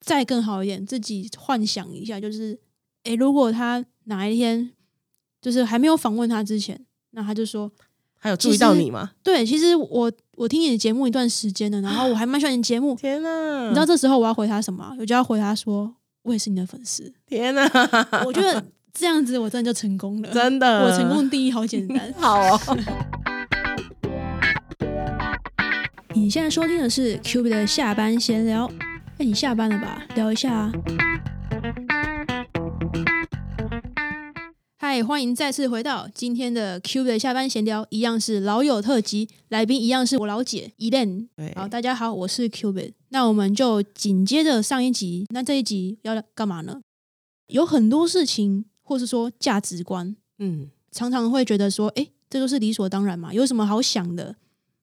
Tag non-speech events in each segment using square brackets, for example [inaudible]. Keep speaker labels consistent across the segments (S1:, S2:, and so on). S1: 再更好一点，自己幻想一下，就是诶，如果他哪一天就是还没有访问他之前，那他就说
S2: 还有注意到你吗？
S1: 对，其实我我听你的节目一段时间了，然后我还蛮喜欢你的
S2: [laughs]
S1: 节目。
S2: 天哪！
S1: 你知道这时候我要回他什么啊？我就要回他说我也是你的粉丝。
S2: 天哪！
S1: 我觉得这样子我真的就成功了，
S2: [laughs] 真的，
S1: 我成功的定义好简单。
S2: 好哦。
S1: 你现在收听的是 Q B 的下班闲聊。哎、你下班了吧？聊一下啊。嗨，欢迎再次回到今天的 Q B 的下班闲聊，一样是老友特辑，来宾一样是我老姐 Elen。
S2: 对，
S1: 好，大家好，我是 Q B。那我们就紧接着上一集，那这一集要聊干嘛呢？有很多事情，或是说价值观，
S2: 嗯，
S1: 常常会觉得说，哎，这就是理所当然嘛，有什么好想的？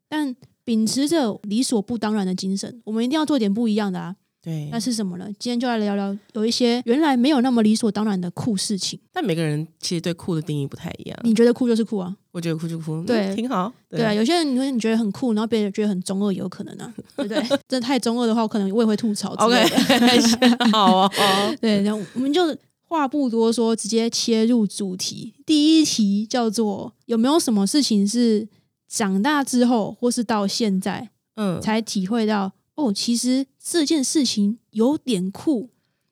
S1: 但秉持着理所不当然的精神，我们一定要做点不一样的啊！
S2: 对
S1: 那。是什么呢？今天就来聊聊有一些原来没有那么理所当然的酷事情。
S2: 但每个人其实对酷的定义不太一样。
S1: 你觉得酷就是酷啊，
S2: 我觉得酷就酷，
S1: 对
S2: 嗯挺好。
S1: 对啊。有些人你会你觉得很酷，然后别人觉得很中二，也有可能啊，对不对？真的太中二的话，我可能我也会吐槽之类的。
S2: OK，好 [laughs]
S1: [laughs]
S2: 哦。
S1: 对，然后我们就话不多说，直接切入主题。第一题叫做有没有什么事情是长大之后，或是到现在
S2: 嗯，
S1: 才体会到？哦，其实这件事情有点酷。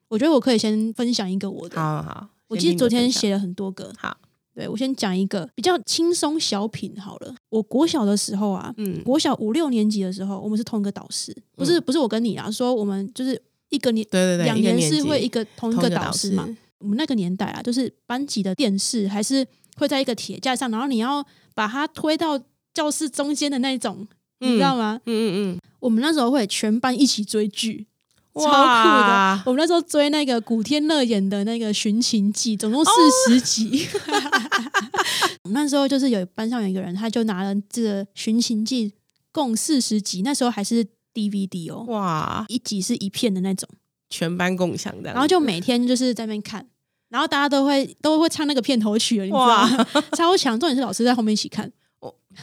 S1: 我觉得我可以先分享一个我的，
S2: 好好。
S1: 我
S2: 先
S1: 其实
S2: 听
S1: 昨
S2: 你的
S1: 天
S2: 分享
S1: 写了很多个。
S2: 好，
S1: 对我先讲一个比较轻松小品好了。我国小的时候啊，
S2: 嗯
S1: 国小五六年级的时候，我们是同一个导师，不是、不是我跟你啊，说我们就是一个年。
S2: 对对对，
S1: 两
S2: 一个
S1: 年
S2: 年
S1: 是
S2: 级
S1: 会一个同一
S2: 同
S1: 个
S2: 一个
S1: 导师嘛，我们那个年代啊，就是班级的电视还是会在一个铁架上，然后你要把它推到教室中间的那一种，你知道吗？
S2: 嗯嗯
S1: 我们那时候会全班一起追剧，
S2: 嗯，
S1: 超酷的
S2: 哇。
S1: 我们那时候追那个古天乐演的那个《寻秦记》，总共
S2: 哦
S1: 四十集。 [laughs] 我们那时候就是有班上有一个人，他就拿了这个《寻秦记》共四十集，那时候还是 DVD 哦，
S2: 哇，
S1: 一集是一片的那种。
S2: 全班共享的，
S1: 然后就
S2: [laughs]
S1: 每天就是在那边看，然后大家都会都会唱那个片头曲了，你知道吗？ [laughs] 超强！重点是老师在后面一起看。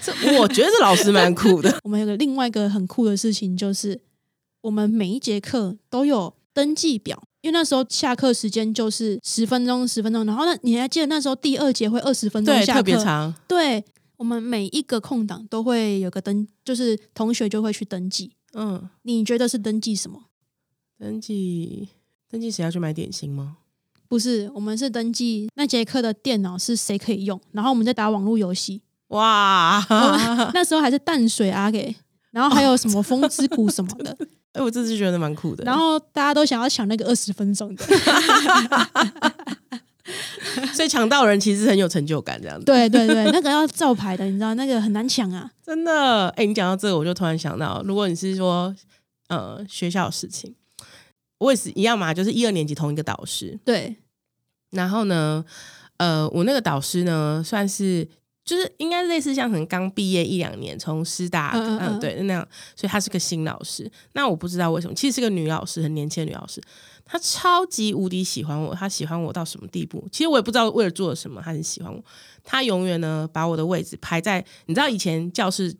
S2: 这我觉得这老师蛮
S1: [laughs]
S2: 酷的
S1: 我们有个另外一个很酷的事情，就是我们每一节课都有登记表，因为那时候下课时间就是十分钟十分钟，然后那你还记得那时候第二节会二十分钟
S2: 对，
S1: 下课，
S2: 特别长，
S1: 对。我们每一个空档都会有个登，就是同学就会去登记。
S2: 嗯，
S1: 你觉得是登记什么？
S2: 登记登记谁要去买点心吗？
S1: 不是，我们是登记那节课的电脑是谁可以用，然后我们在打网络游戏。
S2: 哇，哎，
S1: [laughs] 那时候还是淡水阿给，然后还有什么风之谷什么 [laughs] 的，
S2: 哎我这次觉得蛮酷的，
S1: 然后大家都想要抢那个二十分钟的，
S2: [laughs]
S1: [laughs]
S2: 所以抢到人其实很有成就感，这样子，
S1: 对对对，那个要照牌的，你知道那个很难抢啊。
S2: 真的。哎，你讲到这个，我就突然想到，如果你是说呃学校的事情，我也是一样嘛，就是一二年级同一个导师，
S1: 对，
S2: 然后呢，呃，我那个导师呢，算是就是应该类似像可能刚毕业一两年，从师大
S1: 嗯嗯
S2: 嗯
S1: 嗯
S2: 对那样，所以她是个新老师。那我不知道为什么，其实是个女老师，很年轻的女老师，她超级无敌喜欢我，她喜欢我到什么地步？其实我也不知道为了做了什么，她很喜欢我。她永远呢把我的位置排在，你知道以前教室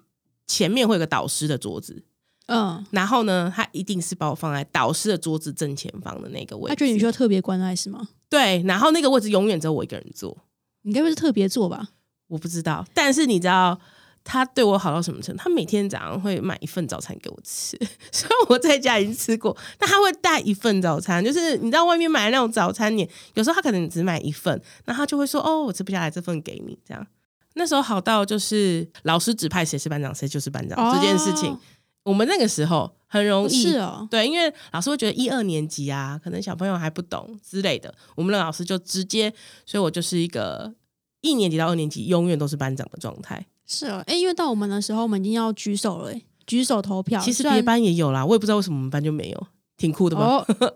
S2: 前面会有个导师的桌子。
S1: 嗯，
S2: 然后呢，她一定是把我放在导师的桌子正前方的那个位置。
S1: 他觉得你需要特别关爱是吗？
S2: 对，然后那个位置永远只有我一个人坐。
S1: 你该不是特别做吧？
S2: 我不知道，但是你知道他对我好到什么程度？他每天早上会买一份早餐给我吃， [laughs] 虽然我在家已经吃过，但他会带一份早餐，就是你知道外面买的那种早餐你有时候他可能只买一份，然后他就会说：“哦，我吃不下来，这份给你。”这样。那时候好到就是老师指派谁是班长，谁就是班长、这件事情
S1: 哦，
S2: 我们那个时候很容易
S1: 是哦，
S2: 对，因为老师会觉得一二年级啊，可能小朋友还不懂之类的，我们的老师就直接，所以我就是一个一年级到二年级永远都是班长的状态。
S1: 是哦，哎，因为到我们的时候，我们已经要举手了，哎举手投票。
S2: 其实
S1: 虽然
S2: 别班也有啦，我也不知道为什么我们班就没有，挺酷的吧？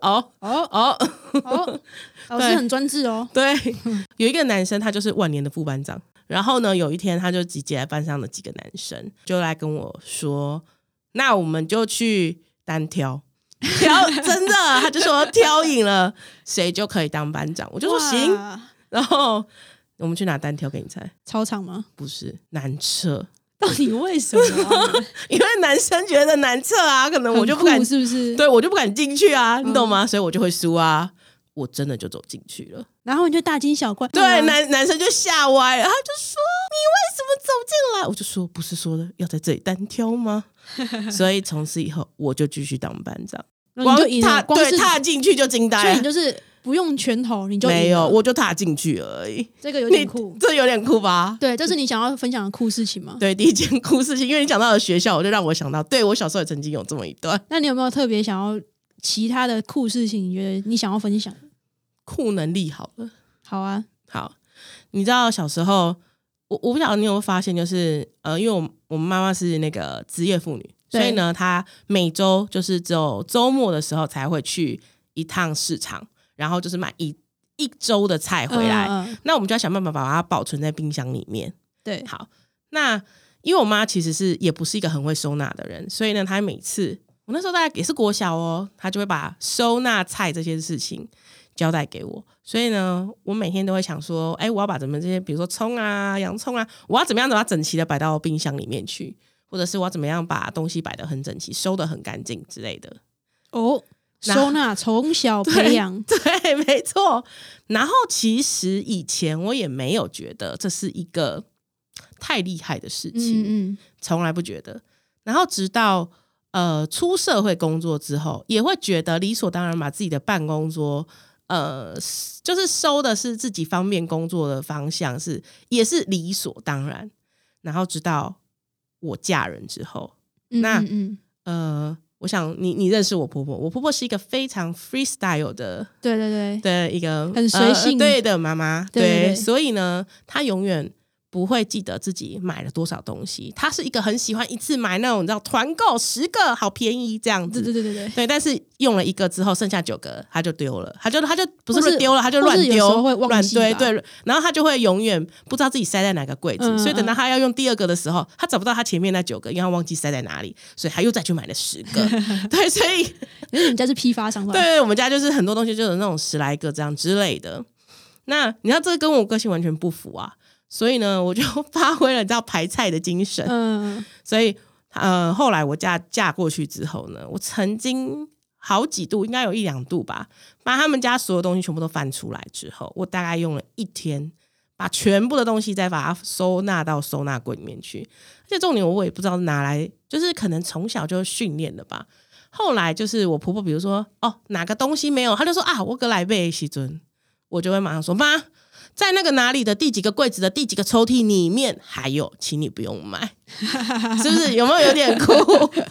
S1: 哦
S2: 哦
S1: 哦
S2: 哦， [laughs]
S1: 哦，老师
S2: 对
S1: 很专制哦，
S2: 对，有一个男生他就是万年的副班长，然后呢，有一天他就集结了班上的几个男生，就来跟我说，那我们就去单挑。挑真的，他就说挑赢了谁就可以当班长，我就说
S1: 哇
S2: 行，， [laughs] 然后我们去拿单挑给你猜，
S1: 操场吗？ [laughs]
S2: 不是男厕，
S1: 到底为什么啊、
S2: 因为男生觉得难测啊，可能 [laughs] 我就不
S1: 很
S2: 敢
S1: 酷，嗯是不是？
S2: 对我就不敢进去啊，你懂吗？所以我就会输啊。我真的就走进去了，
S1: 然后你就大惊小怪，
S2: 对，
S1: 啊
S2: 男男生就吓歪了，他就说：“你为什么走进来？”我就说：“不是说的要在这里单挑吗？” [laughs] 所以从此以后，我就继续当班长，
S1: 然后你就赢
S2: 踏
S1: 了，光
S2: 对
S1: 是
S2: 踏进去就惊
S1: 所
S2: 呆
S1: 以你
S2: 了，
S1: 就是不用拳头，你就赢了
S2: 没有，我就踏进去而已。
S1: 这个有
S2: 你
S1: 点酷。
S2: 这有点酷吧？
S1: 对，这是你想要分享的酷事情 [laughs] 吗？
S2: 对，第一件酷事情，因为你讲到了学校，我就让我想到，对我小时候也曾经有这么一段
S1: 那你有没有特别想要其他的酷事情？你觉得你想要分享？
S2: 酷能力。好了，
S1: 好啊，
S2: 好，你知道小时候，我我不晓得你有没有发现，就是呃，因为我我妈妈是那个职业妇女，
S1: 对
S2: 所以呢，她每周就是只有周末的时候才会去一趟市场，然后就是买一一周的菜回来。
S1: 嗯嗯嗯
S2: 那我们就要想办法把它保存在冰箱里面。
S1: 对，
S2: 好，那因为我妈其实是也不是一个很会收纳的人，所以呢，她每次我那时候大概也是国小哦，她就会把收纳菜这件事情交代给我。所以呢，我每天都会想说，哎，我要把怎么这些，比如说葱啊、洋葱啊，我要怎么样把它整齐的摆到冰箱里面去，或者是我要怎么样把东西摆得很整齐、收得很干净之类的。 [laughs]
S1: 哦，
S2: 那
S1: 收纳从小培
S2: [laughs]
S1: 养，
S2: 对，没错。然后其实以前我也没有觉得这是一个太厉害的事情，
S1: 嗯嗯，
S2: 从来不觉得。然后直到呃出社会工作之后，也会觉得理所当然把自己的办公桌，呃，就是收的是自己方便工作的方向是，也是理所当然。然后直到我嫁人之后，
S1: 嗯
S2: 那
S1: 嗯嗯，
S2: 呃，我想你你认识我婆婆，我婆婆是一个非常 freestyle 的
S1: 对对对，
S2: 的一个
S1: 很随性
S2: 呃对的妈妈，
S1: 对对对
S2: 所以呢，她永远不会记得自己买了多少东西。她是一个很喜欢一次买那种，你知道团购十个好便宜这样子，
S1: 对对对对对，
S2: 对但是用了一个之后，剩下九个她就丢了，她就她就不
S1: 或
S2: 是
S1: 是
S2: 丢了，她就
S1: 嗯或是有
S2: 乱
S1: 时
S2: 丢，
S1: 候会忘
S2: 乱
S1: 记
S2: 堆，
S1: 吧
S2: 对，然后她就会永远不知道自己塞在哪个柜子，
S1: 嗯
S2: 所以等到
S1: 嗯
S2: 她要用第二个的时候，她找不到她前面那九个，因为她忘记塞在哪里，所以她又再去买了十
S1: [laughs]
S2: 个，对，所以
S1: 因为人家是批发商吧？
S2: 对，对，我们家就是很多东西就有那种十来个这样之类的。那你知道这个跟我个性完全不符啊，所以呢，我就发挥了你知道排菜的精神。
S1: 嗯，
S2: 所以呃，后来我嫁嫁过去之后呢，我曾经好几度，应该有一两度吧，把他们家所有东西全部都翻出来之后，我大概用了一天。把全部的东西再把它收纳到收纳柜里面去，而且重点我也不知道拿来，就是可能从小就训练的吧。后来就是我婆婆，比如说哦哪个东西没有，她就说啊我搁来背西尊，我就会马上说妈，在那个哪里的第几个柜子的第几个抽屉里面还有，请你不用买。 [laughs] 是不是有没有有点酷？
S1: 嗯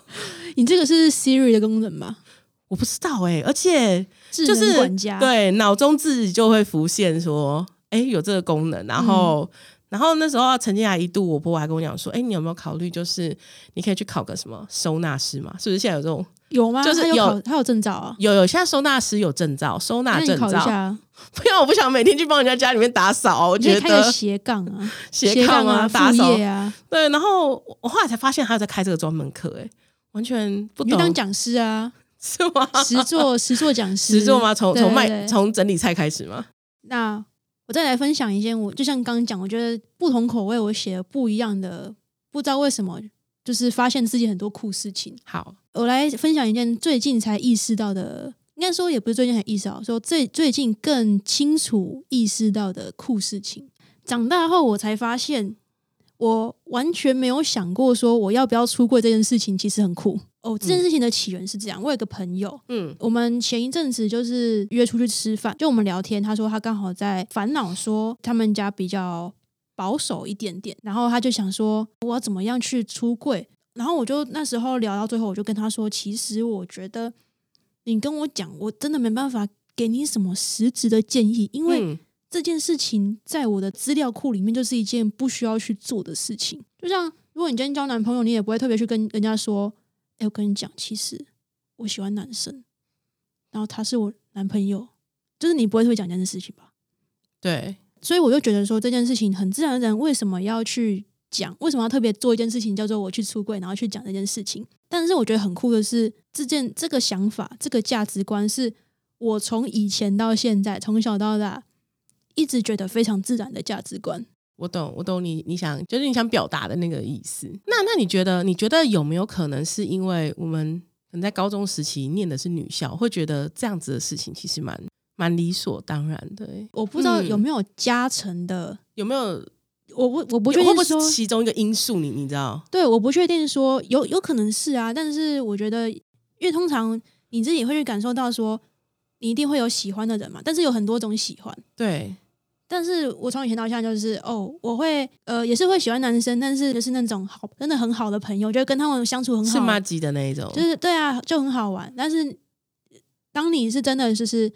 S1: 你这个是 Siri 的功能吧？
S2: [laughs] 我不知道哎、而且
S1: 智
S2: 就
S1: 能
S2: 是
S1: 管家，
S2: 对啊脑中自己就会浮现说，哎、有这个功能。然后，然后那时候啊曾经还一度，我婆婆还跟我讲说，哎、你有没有考虑，就是你可以去考个什么收纳师嘛？是不是现在有这种？
S1: 有吗？
S2: 就是
S1: 他有
S2: 有
S1: 考，他有证照啊？
S2: 有有，现在收纳师有证照，收纳
S1: 那你
S2: 证
S1: 考一
S2: 照。
S1: 下啊，
S2: 不要，我不想每天去帮人家家里面打 [laughs] 扫，我
S1: 你可
S2: 觉
S1: 以开个
S2: 得
S1: 斜杠啊，
S2: 斜
S1: 杠
S2: 杠啊，打
S1: 副
S2: 扫
S1: 业啊，
S2: 对。然后我我后来才发现，还有在开这个专门课，哎，完全不
S1: 你就
S2: 懂
S1: 当讲师啊，
S2: [laughs] 是吗？
S1: 实作实作讲师，
S2: 实做吗？从
S1: 对
S2: 从
S1: 对
S2: 卖
S1: 对
S2: 从整理菜开始吗？
S1: 那我再来分享一件，我就像刚刚讲，我觉得不同口味，我写了不一样的，不知道为什么，就是发现自己很多酷事情。
S2: 好，
S1: 我来分享一件最近才意识到的，应该说也不是最近才意识到，说最最近更清楚意识到的酷事情。长大后我才发现，我完全没有想过说我要不要出柜这件事情其实很酷。哦，这件事情的起源是这样，我有个朋友，
S2: 嗯
S1: 我们前一阵子就是约出去吃饭，就我们聊天，他说他刚好在烦恼说他们家比较保守一点点，然后他就想说我要怎么样去出柜，然后我就那时候聊到最后，我就跟他说，其实我觉得你跟我讲，我真的没办法给你什么实质的建议，因为
S2: 嗯
S1: 这件事情在我的资料库里面就是一件不需要去做的事情。就像如果你今天交男朋友，你也不会特别去跟人家说：“哎、我跟你讲，其实我喜欢男生，然后他是我男朋友。”就是你不会特别讲这件事情吧？
S2: 对，
S1: 所以我就觉得说这件事情很自然而然，为什么要去讲？为什么要特别做一件事情叫做我去出柜，然后去讲这件事情？但是我觉得很酷的是，这件这个想法、这个价值观，是我从以前到现在，从小到大一直觉得非常自然的价值观。
S2: 我懂，我懂你，你想就是你想表达的那个意思。那那你觉得，你觉得有没有可能是因为我们可能在高中时期念的是女校，会觉得这样子的事情其实蛮蛮理所当然的欸、
S1: 我不知道
S2: 嗯
S1: 有没有加成的，
S2: 有没有？
S1: 我不我不
S2: 我
S1: 确
S2: 会不
S1: 定
S2: 会
S1: 说
S2: 是其中一个因素你？你知道？
S1: 对，我不确定说有有可能是啊，但是我觉得，因为通常你自己会去感受到说，你一定会有喜欢的人嘛，但是有很多种喜欢。
S2: 对，
S1: 但是我从以前到现在就是哦，我会呃也是会喜欢男生，但是就是那种好真的很好的朋友，就跟他们相处很
S2: 是
S1: 好，啊
S2: 妈吉的那一种，
S1: 就是对啊，就很好玩。但是当你是真的就是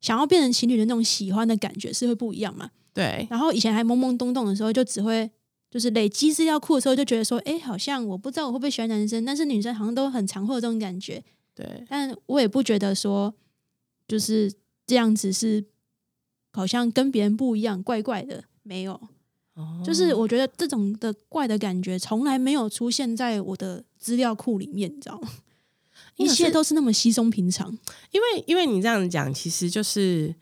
S1: 想要变成情侣的那种喜欢的感觉是会不一样嘛。
S2: 对
S1: 然后以前还懵懵懂懂的时候，就只会就是累积资料库的时候，就觉得说，哎，好像我不知道我会不会喜欢男生，但是女生好像都很常会有这种感觉，
S2: 对
S1: 但我也不觉得说就是这样子是好像跟别人不一样，怪怪的。没有，
S2: 哦
S1: 就是我觉得这种的怪的感觉从来没有出现在我的资料库里面，你知道吗？
S2: [laughs] 因
S1: 一
S2: 为
S1: 切
S2: 是
S1: 都是那么稀松平常。
S2: 因为因为你这样讲，其实就是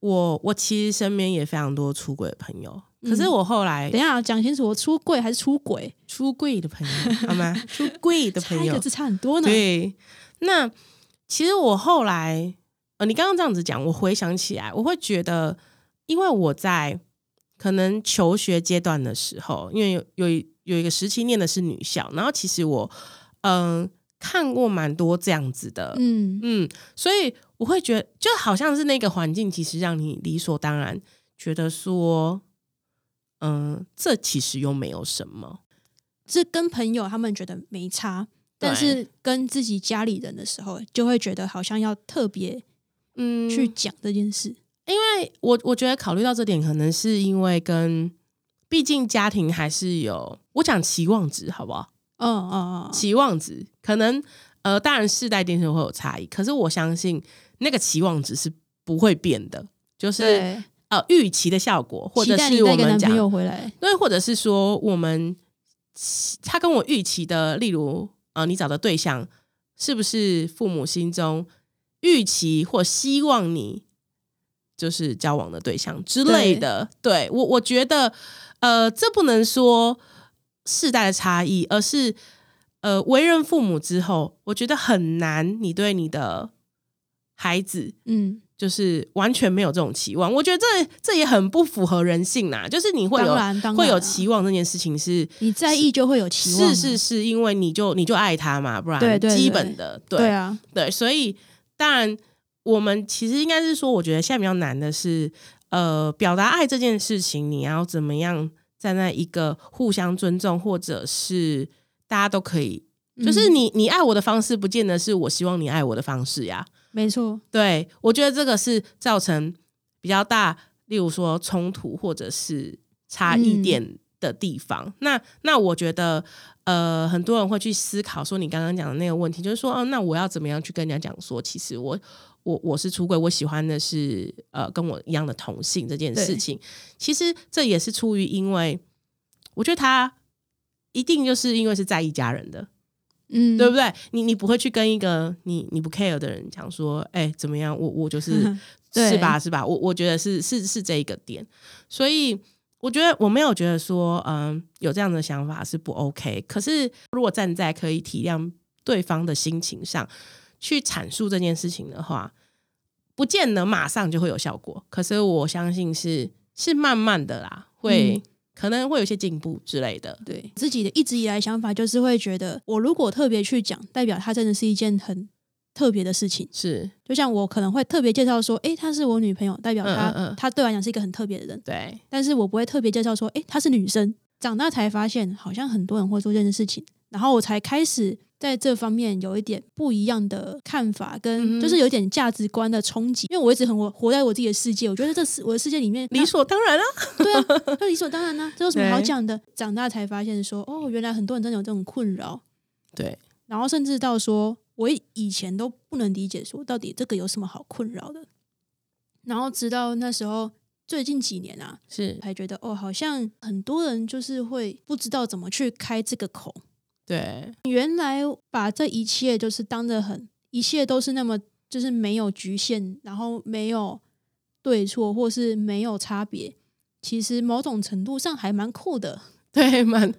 S2: 我我其实身边也非常多出轨的朋友，可是
S1: 嗯
S2: 我后来
S1: 等一下讲清楚，我出柜还是出轨？
S2: 出柜的朋友好
S1: [laughs]
S2: 吗？出柜的
S1: 差
S2: 朋
S1: 一个
S2: 友
S1: 字差很多呢。
S2: 对，那其实我后来呃，你刚刚这样子讲，我回想起来，我会觉得，因为我在可能求学阶段的时候，因为有有一有一个时期念的是女校，然后其实我嗯、看过蛮多这样子的
S1: 嗯，
S2: 嗯，所以我会觉得，就好像是那个环境，其实让你理所当然觉得说，嗯、这其实又没有什么。
S1: 是跟朋友他们觉得没差，但是跟自己家里人的时候，就会觉得好像要特别
S2: 嗯，
S1: 去讲这件事。
S2: 对我我觉得考虑到这点，可能是因为跟，毕竟家庭还是有，我讲期望值好不好？
S1: 嗯嗯嗯，
S2: 期望值可能呃，当然世代电视会有差异，可是我相信那个期望值是不会变的，就是
S1: 对，
S2: 呃预期的效果，或
S1: 期
S2: 者
S1: 待你
S2: 是我
S1: 带个男
S2: 们讲
S1: 朋友回来。
S2: 对，或者是说我们他跟我预期的，例如呃，你找的对象是不是父母心中预期或希望你就是交往的对象之类的？对我，我觉得呃，这不能说世代的差异，而是呃，为人父母之后，我觉得很难，你对你的孩子
S1: 嗯，
S2: 就是完全没有这种期望，我觉得这这也很不符合人性呐、就是你会
S1: 当
S2: 有
S1: 然当然
S2: 会有
S1: 啊
S2: 期望这件事情是
S1: 你在意就会有期望啊。
S2: 是是是因为你就你就爱他嘛，不然
S1: 对对对
S2: 基本的对
S1: 对啊，
S2: 对所以当然我们其实应该是说，我觉得现在比较难的是呃表达爱这件事情，你要怎么样站在一个互相尊重，或者是大家都可以，就是
S1: 嗯
S2: 你你爱我的方式，不见得是我希望你爱我的方式呀。
S1: 没错，
S2: 对，我觉得这个是造成比较大，例如说冲突或者是差异点的地方。那那我觉得，呃，很多人会去思考说你刚刚讲的那个问题，就是说，哦、那我要怎么样去跟人家讲说，其实我我我是出轨，我喜欢的是呃跟我一样的同性这件事
S1: 对
S2: 情。其实这也是出于因为，我觉得他一定就是因为是在意家人的，
S1: 嗯，
S2: 对不对？你你不会去跟一个你你不 care 的人讲说，哎、怎么样？我我就是
S1: [laughs] 对
S2: 是吧是吧？我我觉得是是是这一个点，所以我觉得我没有觉得说，嗯，有这样的想法是不 OK。可是如果站在可以体谅对方的心情上去阐述这件事情的话，不见得马上就会有效果。可是我相信是是慢慢的啦，会、
S1: 嗯
S2: 可能会有一些进步之类的。
S1: 对自己的一直以来想法就是会觉得，我如果特别去讲，代表它真的是一件很特别的事情。
S2: 是
S1: 就像我可能会特别介绍说，诶，她是我女朋友，代表她
S2: 嗯嗯嗯
S1: 她对我来讲是一个很特别的人。
S2: 对，
S1: 但是我不会特别介绍说，诶，她是女生。长大才发现，好像很多人会做这件事情，然后我才开始在这方面有一点不一样的看法，
S2: 嗯
S1: 跟
S2: 哼
S1: 就是有一点价值观的冲击。因为我一直很活活在我自己的世界，我觉得这是我的世界里
S2: [laughs]
S1: 面，
S2: 理所当然啊。
S1: 对啊，那理所当然呢、这有什么好
S2: 对
S1: 讲的？长大才发现说，哦，原来很多人真的有这种困扰，
S2: 对，
S1: 然后甚至到说，我以前都不能理解说，到底这个有什么好困扰的？然后直到那时候，最近几年啊，
S2: 是
S1: 才觉得哦，好像很多人就是会不知道怎么去开这个口。
S2: 对，
S1: 原来把这一切就是当得很，一切都是那么就是没有局限，然后没有对错或是没有差别，其实某种程度上还蛮酷的。
S2: 对， [laughs] 蛮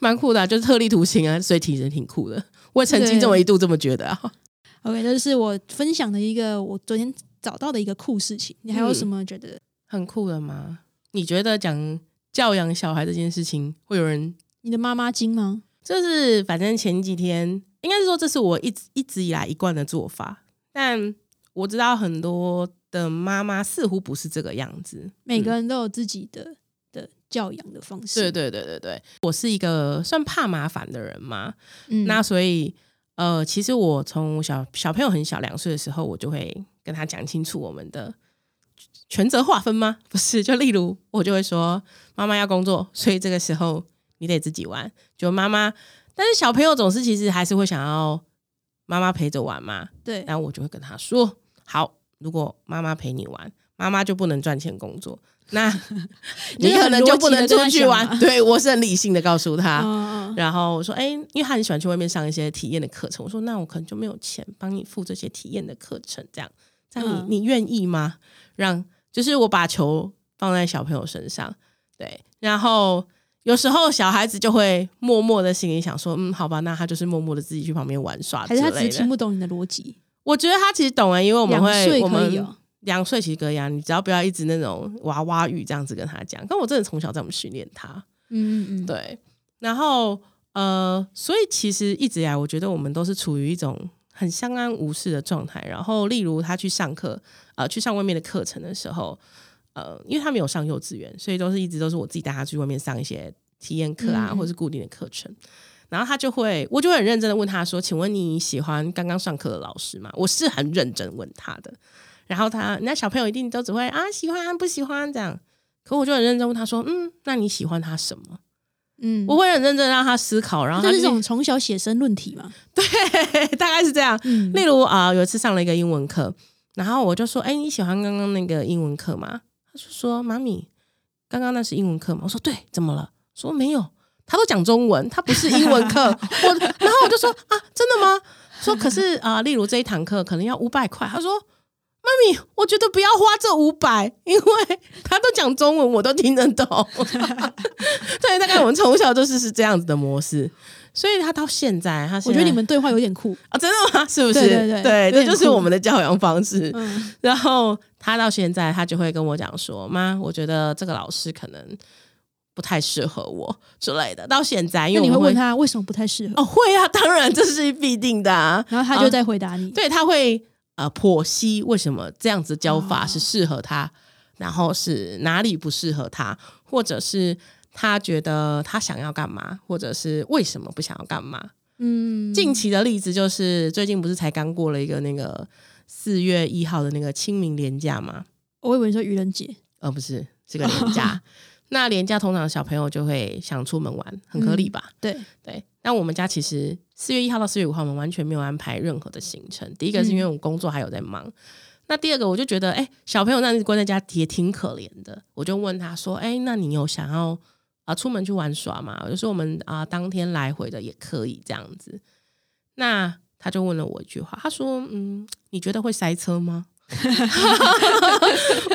S2: 蛮酷的啊、就是特立独行啊，所以其实挺酷的。我也曾经
S1: 对
S2: 这么一度这么觉得啊。 [laughs]
S1: OK，这是我分享的一个我昨天找到的一个酷事情。你还
S2: 嗯
S1: 有什么觉得？
S2: 很酷的吗？你觉得讲教养小孩这件事情，会有人？
S1: 你的妈妈经吗？
S2: 就是反正前几天，应该是说这是我一直一直以来一贯的做法，但我知道很多的妈妈似乎不是这个样子。
S1: 每个人都有自己的的教养的方式。
S2: 嗯对，对对对对，我是一个算怕麻烦的人嘛，
S1: 嗯，
S2: 那所以呃，其实我从小小朋友很小两岁的时候，我就会跟他讲清楚我们的权责划分吗？不是，就例如我就会说，妈妈要工作，所以这个时候你得自己玩。就妈妈，但是小朋友总是其实还是会想要妈妈陪着玩嘛，
S1: 对
S2: 然后我就会跟他说，好，如果妈妈陪你玩，妈妈就不能赚钱工作。 [laughs] 那
S1: 你
S2: 你
S1: 就
S2: 可
S1: 很
S2: 能
S1: 逻
S2: 就
S1: 辑
S2: 不
S1: 地
S2: 能
S1: 跟
S2: 出
S1: 他
S2: 去
S1: 讲
S2: 玩哦
S1: 嘛。
S2: 对我是很理性的告诉他， [laughs]
S1: 嗯嗯
S2: 然后我说，哎、因为他很喜欢去外面上一些体验的课程，我说那我可能就没有钱帮你付这些体验的课程，这样，这样你、
S1: 嗯
S2: 你愿意吗？让就是我把球放在小朋友身上，对，然后有时候小孩子就会默默的心里想说，嗯，好吧，那他就是默默的自己去旁边玩耍之
S1: 还
S2: 类
S1: 是
S2: 的。
S1: 他只是听不懂你的逻辑。
S2: 我觉得他其实懂了，因为我们
S1: 两
S2: 会
S1: 岁
S2: 我
S1: 可以
S2: 们
S1: 哦。
S2: 两岁其实可以啊，你只要不要一直那种娃娃语这样子跟他讲。但我真的从小这么训练他，
S1: 嗯嗯嗯，
S2: 对，然后呃，所以其实一直以来，我觉得我们都是处于一种很相安无事的状态。然后，例如他去上课，呃，去上外面的课程的时候，呃，因为他没有上幼稚园，所以都是一直都是我自己带他去外面上一些体验课啊，
S1: 嗯嗯
S2: 或是固定的课程。然后他就会，我就会很认真的问他说：“请问你喜欢刚刚上课的老师吗？”我是很认真问他的。然后他，那小朋友一定都只会啊喜欢不喜欢这样。可我就很认真问他说：“嗯，那你喜欢他什么？”
S1: 嗯，
S2: 我会很认真让他思考，然后他
S1: 这
S2: 就是
S1: 这种从小写申论题嘛。
S2: [laughs] 大概是这样。
S1: 嗯，
S2: 例如啊、有一次上了一个英文课，然后我就说：“哎、你喜欢刚刚那个英文课吗？”他就说：“妈咪，刚刚那是英文课吗？”我说：“对，怎么了？”说没有，他都讲中文，他不是英文课。我然后我就说：“啊，真的吗？”说可是啊、例如这一堂课可能要五百块，他说。妈咪，我觉得不要花这五百，因为他都讲中文，我都听得懂。 [laughs] 对，大概我们从小就是是这样子的模式，所以他到现在，他现
S1: 我觉得
S2: 在
S1: 你们对话有点酷。
S2: 啊，真
S1: [laughs]
S2: 的吗？是不是？
S1: 对对对有
S2: 这
S1: 点
S2: 就是
S1: 酷
S2: 我们的教养方式。
S1: 嗯
S2: [laughs] 然后他到现在，他就会跟我讲说：“妈，我觉得这个老师可能不太适合我之类的。”到现在，因
S1: 那
S2: 为
S1: 你
S2: 我
S1: 会
S2: 们
S1: 问他为什么不太适合，
S2: 哦，会啊，当然这是必定的、啊。
S1: 然后他就在回答你。
S2: 对，他会呃剖析为什么这样子教
S1: 哦
S2: 法是适合他，然后是哪里不适合他，或者是他觉得他想要干嘛，或者是为什么不想要干嘛。
S1: 嗯，
S2: 近期的例子就是最近不是才刚过了一个那个四月一号的那个清明连假吗？
S1: 我以为你说愚人节，
S2: 呃，不是，是个连假。那连假通常小朋友就会想出门玩，很合理吧？
S1: 对，
S2: 对。那我们家其实四月一号到四月五号，我们完全没有安排任何的行程。第一个是因为我工作还有在忙，那第二个我就觉得，哎、小朋友那样子关在家也挺可怜的。我就问他说，哎、那你有想要啊、出门去玩耍嘛？我就说我们啊、当天来回的也可以这样子。那他就问了我一句话，他说：“嗯，你觉得会塞车吗？”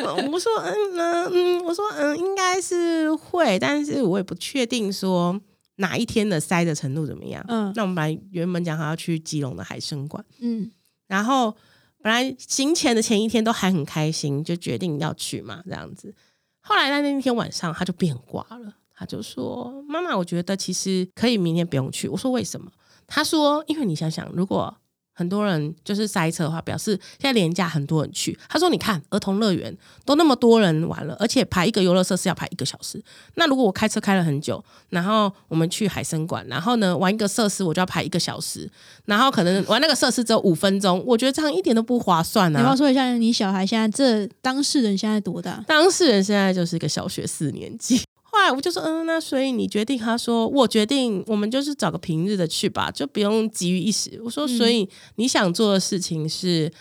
S2: 我我说：“嗯嗯嗯，我说嗯，应该是会，但是我也不确定说哪一天的塞的程度怎么样。”
S1: 嗯
S2: 那我们本来原本讲好要去基隆的海参馆，
S1: 嗯
S2: 然后本来行前的前一天都还很开心，就决定要去嘛，这样子。后来那那天晚上他就变卦了，他就说：“妈妈，我觉得其实可以明天不用去。”我说：“为什么？”他说：“因为你想想，如果很多人就是塞车的话，表示现在廉价很多人去。”他说：“你看，儿童乐园都那么多人玩了，而且排一个游乐设施要排一个小时。那如果我开车开了很久，然后我们去海参馆，然后呢玩一个设施，我就要排一个小时，然后可能玩那个设施只有五分钟，我觉得这样一点都不划算
S1: 你要不
S2: 啊
S1: 要！说一下你小孩现在这当事人现在多大？
S2: 当事人现在就是一个小学四年级。 [laughs] 后来我就说，嗯，那所以你决定？他说，我决定，我们就是找个平日的去吧，就不用急于一时。我说，
S1: 嗯
S2: 所以你想做的事情是？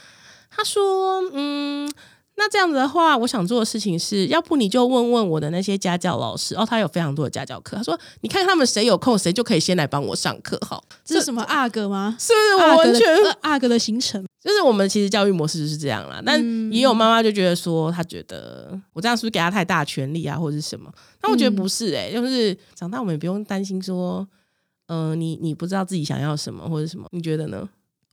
S2: 他说，嗯，那这样子的话，我想做的事情是，要不你就问问我的那些家教老师哦，他有非常多的家教课。他说，你看他们谁有空，谁就可以先来帮我上课，好，
S1: 这是什么阿哥吗？
S2: 是不是？我
S1: 阿哥
S2: 完
S1: 的
S2: 全
S1: 呃阿哥的行程，
S2: 就是我们其实教育模式就是这样啦，但
S1: 嗯
S2: 也有妈妈就觉得说，她觉得我这样是不是给她太大权利啊，或者是什么？但我觉得不是
S1: 嗯
S2: 诶、就是长大我们也不用担心说，呃，你你不知道自己想要什么或者什么，你觉得呢？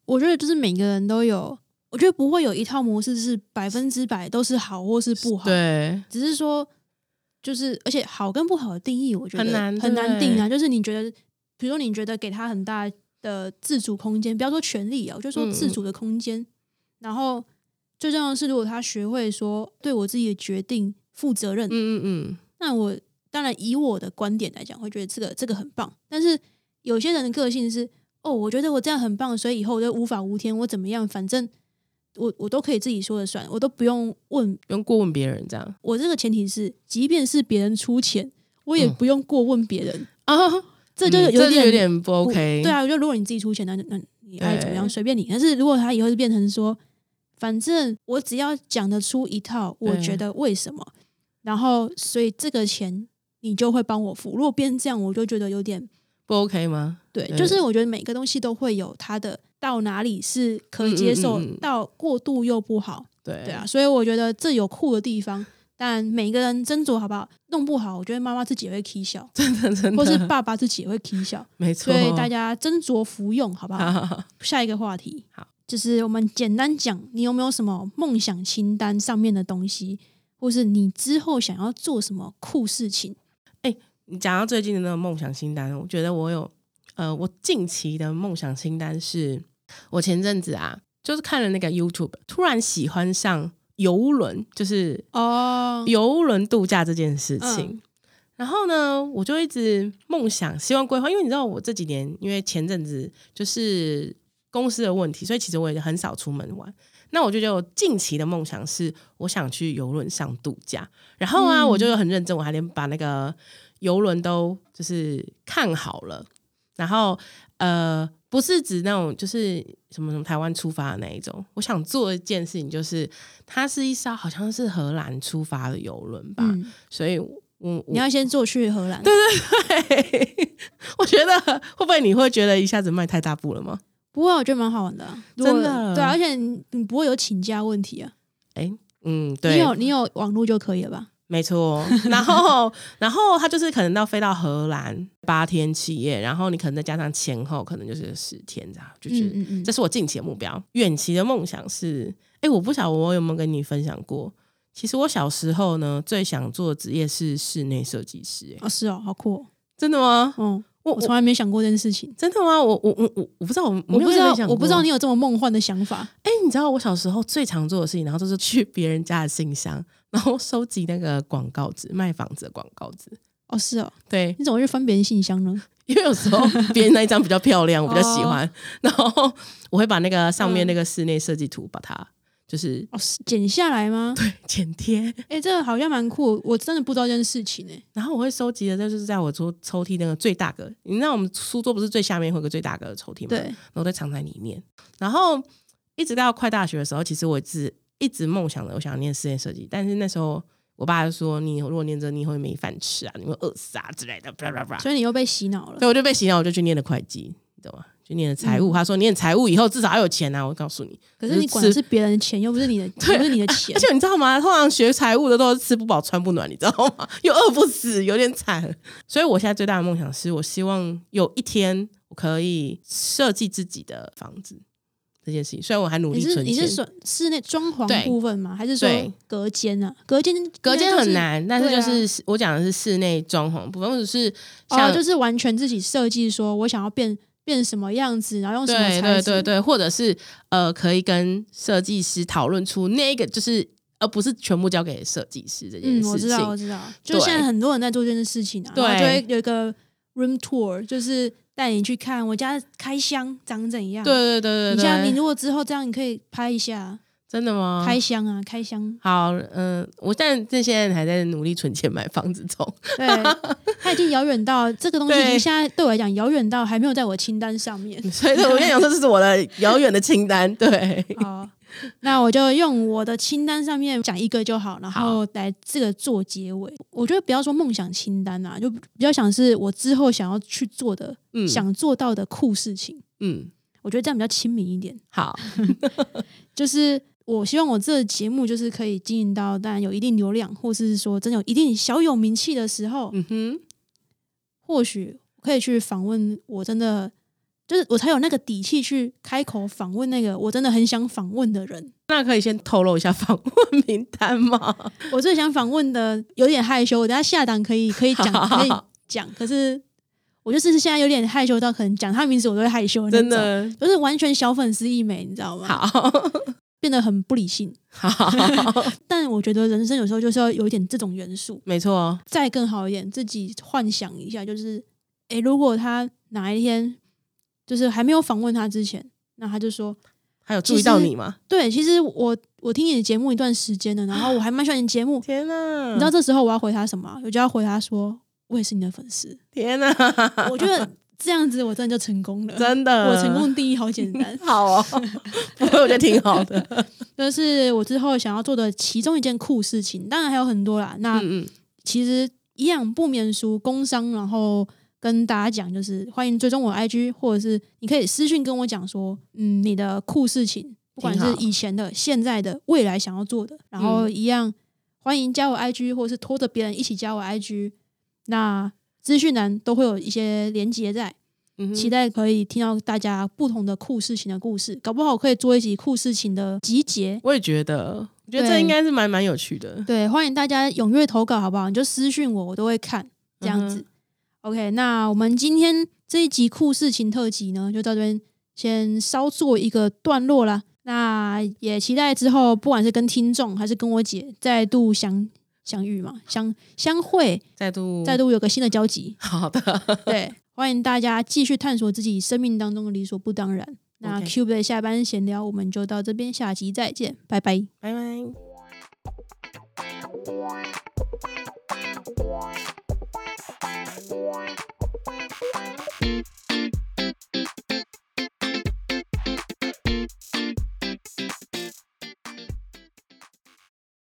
S1: 我觉得就是每个人都有，我觉得不会有一套模式是百分之百都是好或是不好，
S2: 对，
S1: 只是说就是而且好跟不好的定义，我觉得
S2: 很难
S1: 很难
S2: 对
S1: 定啊。就是你觉得，比如说你觉得给他很大的自主空间，不要说权利啊，我就说
S2: 嗯
S1: 自主的空间。然后最重要的是，如果他学会说对我自己的决定负责任，
S2: 嗯嗯嗯，
S1: 那我当然以我的观点来讲，会觉得这个这个很棒。但是有些人的个性是，哦，我觉得我这样很棒，所以以后我就无法无天，我怎么样，反正我我都可以自己说了算，我都不用问。
S2: 不用过问别人这样
S1: 我这个前提是，即便是别人出钱，我也
S2: 嗯
S1: 不用过问别人。
S2: 啊，
S1: 哦这就是
S2: 嗯
S1: 有
S2: 这
S1: 点、
S2: 有点不
S1: 不
S2: OK，
S1: 对啊，我觉得如果你自己出钱，那那你爱怎么样
S2: 对
S1: 随便你。但是如果他以后就变成说，反正我只要讲得出一套，我
S2: 对
S1: 觉得为什么，然后所以这个钱你就会帮我付。如果变这样，我就觉得有点
S2: 不 OK 吗？
S1: 对，
S2: 对
S1: 就是我觉得每个东西都会有它的到哪里是可以接受，
S2: 嗯嗯嗯嗯
S1: 到过度又不好，
S2: 对
S1: 对啊。，所以我觉得这有酷的地方。但每个人斟酌好不好，弄不好，我觉得妈妈自己也会 k 笑，
S2: 真的 [laughs] 真的，
S1: 或是爸爸自己也会 k 笑。
S2: 没 [laughs] 错，
S1: 所以大家斟酌服用，好不好？
S2: [laughs] 好
S1: 下一个话题，
S2: 好，
S1: 就是我们简单讲，你有没有什么梦想清单上面的东西，或是你之后想要做什么酷事情？
S2: 你讲到最近的那个梦想清单，我觉得我有，呃，我近期的梦想清单是，我前阵子啊，就是看了那个 YouTube，突然喜欢上游轮，就是
S1: 哦，
S2: 游轮度假这件事情。
S1: 嗯
S2: 然后呢，我就一直梦想，希望规划，因为你知道我这几年，因为前阵子就是公司的问题，所以其实我也很少出门玩。那我就觉得我近期的梦想是，我想去游轮上度假。然后啊，
S1: 嗯
S2: 我就很认真，我还连把那个游轮都就是看好了。然后呃，不是指那种就是什么什么台湾出发的那一种。我想做一件事情，就是它是一艘好像是荷兰出发的游轮吧，
S1: 嗯，
S2: 所以我嗯我
S1: 你要先做去荷兰，
S2: 对，我觉得会不会你会觉得一下子迈太大步了吗？
S1: 不过我觉得蛮好玩的啊、如果
S2: 真的
S1: 对啊、而且你你不会有请假问题啊，
S2: 哎，嗯，
S1: 你
S2: 对，
S1: 有你有网络就可以了吧？
S2: 没错。然后，然后他就是可能到飞到荷兰八天七夜，然后你可能再加上前后，可能就是十天这样，就
S1: 嗯
S2: 是
S1: 嗯嗯
S2: 这，是我近期的目标。远期的梦想是，哎，我不晓得我有没有跟你分享过。其实我小时候呢，最想做的职业是室内设计师。诶
S1: 哦是哦，好酷哦，
S2: 真的吗？
S1: 嗯，
S2: 我
S1: 我
S2: 我
S1: 从来没想过这件事情。
S2: 真的吗？我我我我我不知道，我
S1: 我不知道，我不知道
S2: 你。
S1: 你有这么梦幻的想法，
S2: 哎、你知道我小时候最常做的事情，然后就是去别人家的信箱，然后收集那个广告纸，卖房子的广告纸。
S1: 哦，是哦，
S2: 对，
S1: 你怎么去翻别人信箱呢？
S2: 因为有
S1: [laughs]
S2: 时候别人那一张比较漂亮，我比较喜
S1: 哦
S2: 欢，然后我会把那个
S1: 嗯
S2: 上面那个室内设计图，把它就是
S1: 哦，是剪下来吗？
S2: 剪贴，
S1: 哎、这个好像蛮酷，我真的不知道这件事情哎、
S2: 然后我会收集的，就是在我桌抽屉那个最大个，你知道我们书桌不是最下面会有个最大个的抽屉吗？
S1: 对，
S2: 然后再藏在里面。然后一直到快大学的时候，其实我只一直梦想着我想要念室内设计，但是那时候我爸就说：“你如果念这，你以后会没饭吃啊，你会饿死啊之类的。”叭叭叭，所
S1: 所以你又被洗脑了
S2: 以。我就被洗脑，我就去念了会计，你懂吗？就念了财务。他说：“念财务以后至少要有钱啊！”我告诉你，
S1: 可是你管的是别人的钱，又不是
S2: [laughs]
S1: 你的，又不是你的钱
S2: 而。且你知道吗？通常学财务的都是吃不饱穿不暖，你知道吗？ [laughs] 又饿不死，有点惨。所以我现在最大的梦想是我希望有一天我可以设计自己的房子这件事情。虽然我还努
S1: 你
S2: 力
S1: 是
S2: 存钱，
S1: 你是说室内装潢
S2: 对
S1: 部分吗？还是说
S2: 对
S1: 隔间啊？隔间
S2: 隔间很，难，但是
S1: 对啊
S2: 就是室、我讲的是室内装潢部分，或者是
S1: 应该
S2: 像、
S1: 就是哦，就是完全自己设计，说我想要变变什么样子，然后用什么
S2: 对
S1: 材
S2: 对
S1: 质。
S2: 对对，或者是呃，可以跟设计师讨论出那个就是。而不是全部交给设计师这件
S1: 嗯，我
S2: 事
S1: 知
S2: 情，
S1: 道，我知道，就
S2: 对
S1: 现在很多人在做这件事情啊，
S2: 对
S1: 然后就会有一个 room tour，就是带你去看我家开箱长怎样。
S2: 对对对对
S1: 你
S2: 对，嗯
S1: 像你如果之后这样，你可以拍一下
S2: 真的吗？。
S1: 开箱啊，开箱
S2: 好，嗯、我但这些人还在努力存钱买房子中，
S1: [laughs] 对，
S2: [laughs]
S1: 它已经遥远到这个东西，已经
S2: 对
S1: 现在对我来讲遥远
S2: [laughs]
S1: 到还没有在我清单上面。 [laughs]
S2: 所以我跟你讲，这是我的遥远的清单。对，
S1: 好，那我就用我的清单上面讲一个就好，然后来这个做结尾。我觉得不要说梦想清单啊，就比较想是我之后想要去做的、
S2: 嗯
S1: 想做到的酷事情。
S2: 嗯，
S1: 我觉得这样比较亲民一点。
S2: 好，
S1: 就是我希望我这个节目就是可以经营到，当然有一定流量，或是说真的有一定小有名气的时候，
S2: 嗯哼，
S1: 或许可以去访问我真的。就是我才有那个底气去开口访问那个我真的很想访问的人。
S2: 那可以先透露一下访问名单吗？
S1: 我最想访问的有点害羞，我等下下档可以可以讲
S2: [laughs]
S1: 可以讲，可是我就是现在有点害羞到可能讲他名字我都会害羞，
S2: 真，的
S1: 就是完全小粉丝一枚，你知道吗？
S2: 好 [laughs]
S1: 变得很不理性，
S2: 好，
S1: 但我觉得人生有时候就是要有一点这种元素，
S2: 没错，
S1: 再更好一点，自己幻想一下，就是诶，如果他哪一天就是还没有访问他之前，那他就说
S2: 还有注意到你吗？
S1: 对，其实我我听你的节目一段时间了，然后我还蛮喜欢你的节目，
S2: 天哪，
S1: 你知道这时候我要回他什么？我就要回他说：“我也是你的粉
S2: [laughs]
S1: 丝。
S2: 天哪，”
S1: 我觉得这样子我真的就成功了，
S2: [laughs] 真的，，
S1: 我成功的定义好简单
S2: [laughs] 好哦，不过我觉得挺
S1: [laughs]
S2: 好的。
S1: 这是我之后想要做的其中一件酷事情。当然还有很多啦。那
S2: 嗯嗯，
S1: 其实一样不免俗工商，然后跟大家讲，就是欢迎追踪我的 IG，或者是你可以私讯跟我讲说，嗯，你的酷事情，不管
S2: 挺
S1: 是
S2: 好嗯
S1: 以前的、现在的、未来想要做的，然后一样欢迎加我 IG，或者是拖着别人一起加我 IG。那资讯栏都会有一些连接在，
S2: 嗯哼
S1: 期待可以听到大家不同的酷事情的故事，搞不好可以做一集酷事情的集结。
S2: 我也觉得，我觉得这
S1: 对
S2: 应该是蛮蛮有趣 [laughs] 的。
S1: 对，欢迎大家踊跃投稿，好不好？你就私讯我，我都会看。这样子、
S2: 嗯
S1: OK，那我们今天这一集酷事情特辑呢，就到这边先稍做一个段落啦。那也期待之后，不管是跟听众还是跟我姐再度相相遇嘛，相相会，
S2: 再度
S1: 再度有个新的交
S2: [laughs]
S1: 集。
S2: 好的，
S1: 对，欢迎大家继续探索自己生命当中的理所不当然。那
S2: OK
S1: Cube 的下班闲聊，我们就到这边，下集再见，拜拜。
S2: 拜拜。